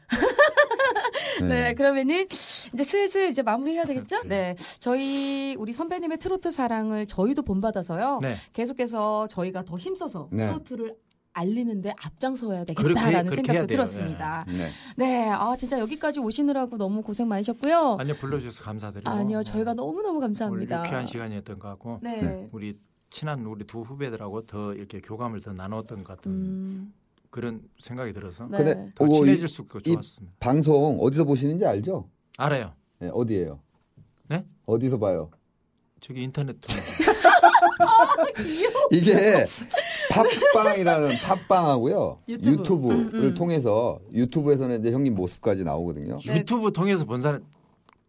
Speaker 4: 네.
Speaker 2: 네, 그러면은 이제 슬슬 이제 마무리해야 되겠죠? 네, 저희 우리 선배님의 트로트 사랑을 저희도 본받아서요.
Speaker 3: 네
Speaker 2: 계속해서 저희가 더 힘써서
Speaker 4: 네.
Speaker 2: 트로트를 알리는데 앞장서야
Speaker 3: 그렇게-
Speaker 2: 되겠다라는
Speaker 3: 그렇게 해야
Speaker 2: 생각도
Speaker 3: 돼요.
Speaker 2: 들었습니다.
Speaker 4: 네.
Speaker 2: 네, 아 진짜 여기까지 오시느라고 너무 고생 많으셨고요.
Speaker 3: 아니요 불러주셔서 감사드리고
Speaker 2: 어.
Speaker 3: 네.
Speaker 2: 아니요, 저희가 너무 너무
Speaker 3: 오늘
Speaker 2: 감사합니다.
Speaker 3: 어, 뭐 유쾌한 시간이었던 것 같고
Speaker 2: 네.
Speaker 3: 우리 친한 우리 두 후배들하고 더 이렇게 교감을 더 나눴던 것 같은
Speaker 2: 음,
Speaker 3: 그런 생각이 들어서
Speaker 2: 네.
Speaker 4: 근데 뭐
Speaker 3: 더
Speaker 4: 이거 이
Speaker 3: 친해질 수 있고
Speaker 4: 이-
Speaker 3: 좋았습니다
Speaker 4: 방송 어디서 보시는지 알죠?
Speaker 3: 알아요
Speaker 4: 네, 어디예요?
Speaker 3: 네?
Speaker 4: 어디서 봐요?
Speaker 3: 저기 인터넷 통해
Speaker 4: 이게 팟빵이라는 팟빵하고요.
Speaker 2: 유튜브. 음,
Speaker 4: 유튜브. 를 통해서 유튜브에서는 이제 형님 모습까지 나오거든요.
Speaker 2: (laughs) 네.
Speaker 3: 유튜브 통해서 본 사람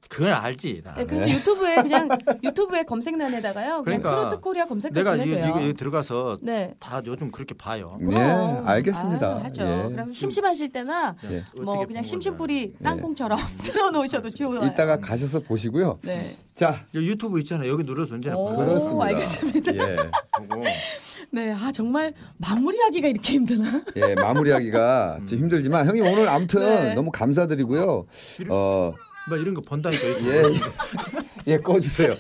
Speaker 3: 그건 알지 나.
Speaker 2: 네, 그래서 유튜브에 그냥 유튜브에 검색란에다가요. 그냥
Speaker 3: 아, 그러니까
Speaker 2: 트로트 코리아
Speaker 3: 내가
Speaker 2: 검색하시면
Speaker 3: 이거,
Speaker 2: 돼요.
Speaker 3: 이거 들어가서
Speaker 2: 네.
Speaker 3: 다 요즘 그렇게 봐요.
Speaker 4: 네,
Speaker 2: 그럼.
Speaker 4: 알겠습니다.
Speaker 2: 아유, 하죠.
Speaker 4: 예.
Speaker 2: 그래서 심심하실 때나
Speaker 4: 예.
Speaker 2: 뭐
Speaker 3: 어떻게
Speaker 2: 그냥
Speaker 3: 본
Speaker 2: 심심풀이 땅콩처럼 (laughs) 틀어놓으셔도 좋아요.
Speaker 4: 이따가 가셔서 보시고요.
Speaker 2: 네.
Speaker 4: 자,
Speaker 3: 거야. 여기 유튜브 있잖아. 요 여기 눌러서 언제나
Speaker 2: 오,
Speaker 3: 보고
Speaker 4: 그렇습니다.
Speaker 2: 알겠습니다.
Speaker 4: 예.
Speaker 3: 보고.
Speaker 2: 네, 아 정말 마무리하기가 이렇게 힘드나? (laughs)
Speaker 4: 예, 마무리하기가 좀 힘들지만 형님 오늘 아무튼
Speaker 2: 음. 네.
Speaker 4: 너무 감사드리고요. 어,
Speaker 3: 막뭐 이런 거 본다니까. 이거.
Speaker 4: 예. 예, 꺼 주세요.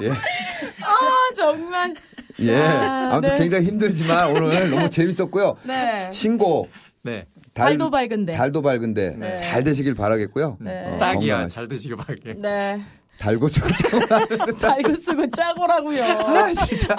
Speaker 4: 예.
Speaker 2: 아 정말.
Speaker 4: 예.
Speaker 2: 아,
Speaker 4: 아, 무튼
Speaker 2: 네.
Speaker 4: 굉장히 힘들지만 오늘 너무 재밌었고요.
Speaker 2: 네.
Speaker 4: 신곡
Speaker 3: 네.
Speaker 4: 달,
Speaker 2: 달도 밝은데.
Speaker 4: 달도 밝은데
Speaker 2: 네.
Speaker 4: 잘 되시길 바라겠고요.
Speaker 2: 네.
Speaker 4: 어,
Speaker 3: 딱이야.
Speaker 4: 건강하시-
Speaker 3: 잘 되시길 바랄게.
Speaker 2: 네.
Speaker 4: 달고 (laughs) 좋죠.
Speaker 2: 달고 쓰고
Speaker 4: (laughs)
Speaker 2: 짜고라고요.
Speaker 4: 아, 진짜.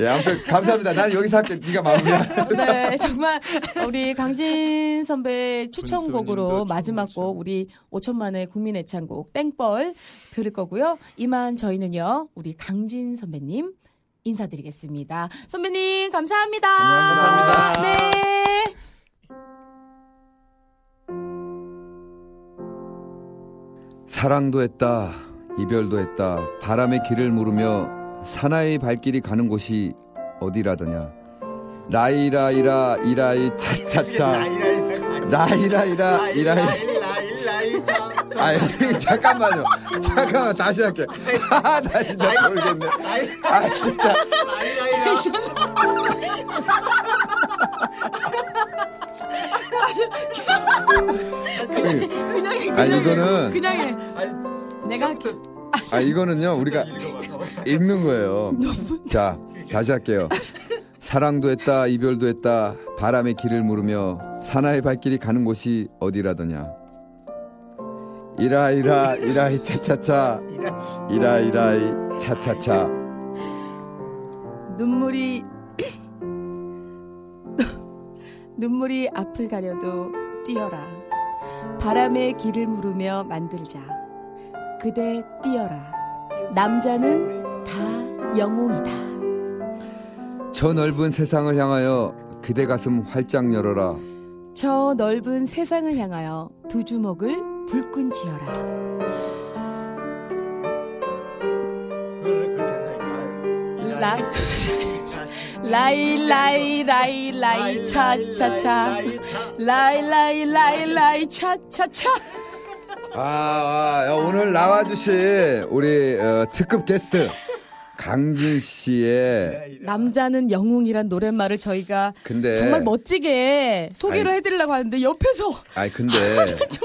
Speaker 4: 예, 아무튼 감사합니다. 난 여기서 할게. 네가 마무리야.
Speaker 2: 네, (laughs) 정말 우리 강진 선배 추천곡으로 마지막 곡 우리 5천만의 국민 애창곡 땡벌 들을 거고요. 이만 저희는요 우리 강진 선배님 인사드리겠습니다. 선배님 감사합니다.
Speaker 3: 감사합니다.
Speaker 2: 네.
Speaker 4: 사랑도 했다. 이별도 했다. 바람의 길을 물으며 사나이 발길이 가는 곳이 어디라더냐. 라이라이라 이라이
Speaker 2: 네.
Speaker 4: 차차차. 라이라이라 이라이
Speaker 3: 라일라일라일
Speaker 4: 아이 잠깐만요. 잠깐만 다시 할게. (laughs) 아, 나 진짜 모르겠네. 아 진짜. 그,
Speaker 2: 그냥 해, 그냥
Speaker 4: 아,
Speaker 2: 해.
Speaker 4: 이거는-
Speaker 2: 그냥 해. 내가 할게.
Speaker 4: 아 이거는요 우리가 읽는 거예요. 자 다시 할게요. 사랑도 했다 이별도 했다 바람의 길을 물으며 사나의 발길이 가는 곳이 어디라더냐. 이라 이라 이라이 차차차 이라 이라이 차차차
Speaker 2: 눈물이 (clears throat) 눈물이 앞을 가려도 뛰어라. 바람의 길을 물으며 만들자. 그대 뛰어라. 남자는 다 영웅이다.
Speaker 4: 저 넓은 세상을 향하여 그대 가슴 활짝 열어라.
Speaker 2: 저 넓은 세상을 향하여 두 주먹을 불끈 쥐어라. 라 라이 라이 라이 라이 차차차 라이 라이 라이 라이 차차차
Speaker 4: 아, 아, 야, 오늘 나와주신 우리 어, 특급 게스트 강진 씨의
Speaker 2: 남자는 영웅이란 노랫말을 저희가
Speaker 4: 근데
Speaker 2: 정말 멋지게 소개를
Speaker 4: 아니.
Speaker 2: 해드리려고 하는데 옆에서
Speaker 4: 아니 근데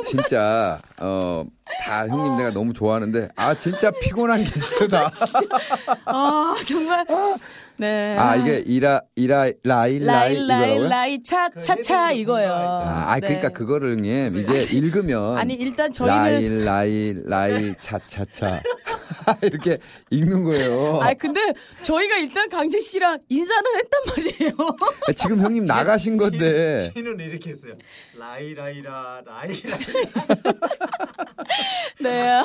Speaker 4: 진짜 어 다 형님 내가 너무 좋아하는데 아 진짜 피곤한 게스트다.
Speaker 2: 아 정말 네
Speaker 4: 아 이게 이라 이라 라이
Speaker 2: 라이
Speaker 4: 라이
Speaker 2: 라이
Speaker 4: 이거라고요?
Speaker 2: 라이 차차차 이거예요.
Speaker 4: 아, 아
Speaker 2: 네.
Speaker 4: 그러니까 그거를 형님 이게 읽으면
Speaker 2: 아니 일단 저희는
Speaker 4: 라이 라이 라이 차차차 (laughs) 이렇게 읽는 거예요.
Speaker 2: 아 근데 저희가 일단 강진 씨랑 인사는 했단 말이에요.
Speaker 4: 아, 지금 형님 나가신 건데
Speaker 3: 신은 이렇게 했어요. 라이라이라 라이라.
Speaker 2: 네, 아,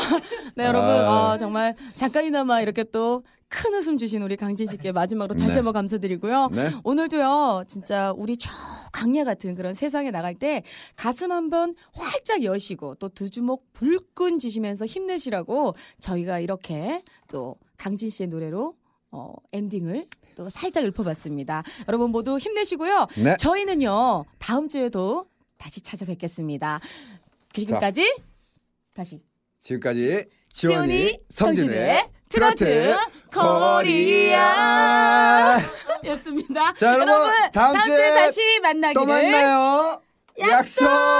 Speaker 2: 네
Speaker 4: 아.
Speaker 2: 여러분 어, 정말 잠깐이나마 이렇게 또 큰 웃음 주신 우리 강진 씨께 마지막으로 다시
Speaker 4: 네.
Speaker 2: 한번 감사드리고요.
Speaker 4: 네.
Speaker 2: 오늘도요 진짜 우리 저 강야 같은 그런 세상에 나갈 때 가슴 한번 활짝 여시고 또 두 주먹 불끈 지시면서 힘내시라고 저희가 이렇게 또 강진 씨의 노래로 어, 엔딩을 또 살짝 읊어봤습니다. 여러분 모두 힘내시고요.
Speaker 4: 네.
Speaker 2: 저희는요 다음 주에도 다시 찾아뵙겠습니다. 지금까지 다시
Speaker 4: 지금까지
Speaker 2: 지원이
Speaker 4: 지원이 성진의
Speaker 2: 트로트
Speaker 4: 트로트
Speaker 2: 코리아.
Speaker 4: 코리아
Speaker 2: 였습니다.
Speaker 4: 자, 여러분, 다음
Speaker 2: 다음 주에
Speaker 4: 주에
Speaker 2: 다시 만나기를
Speaker 4: 또 만나요. 약속.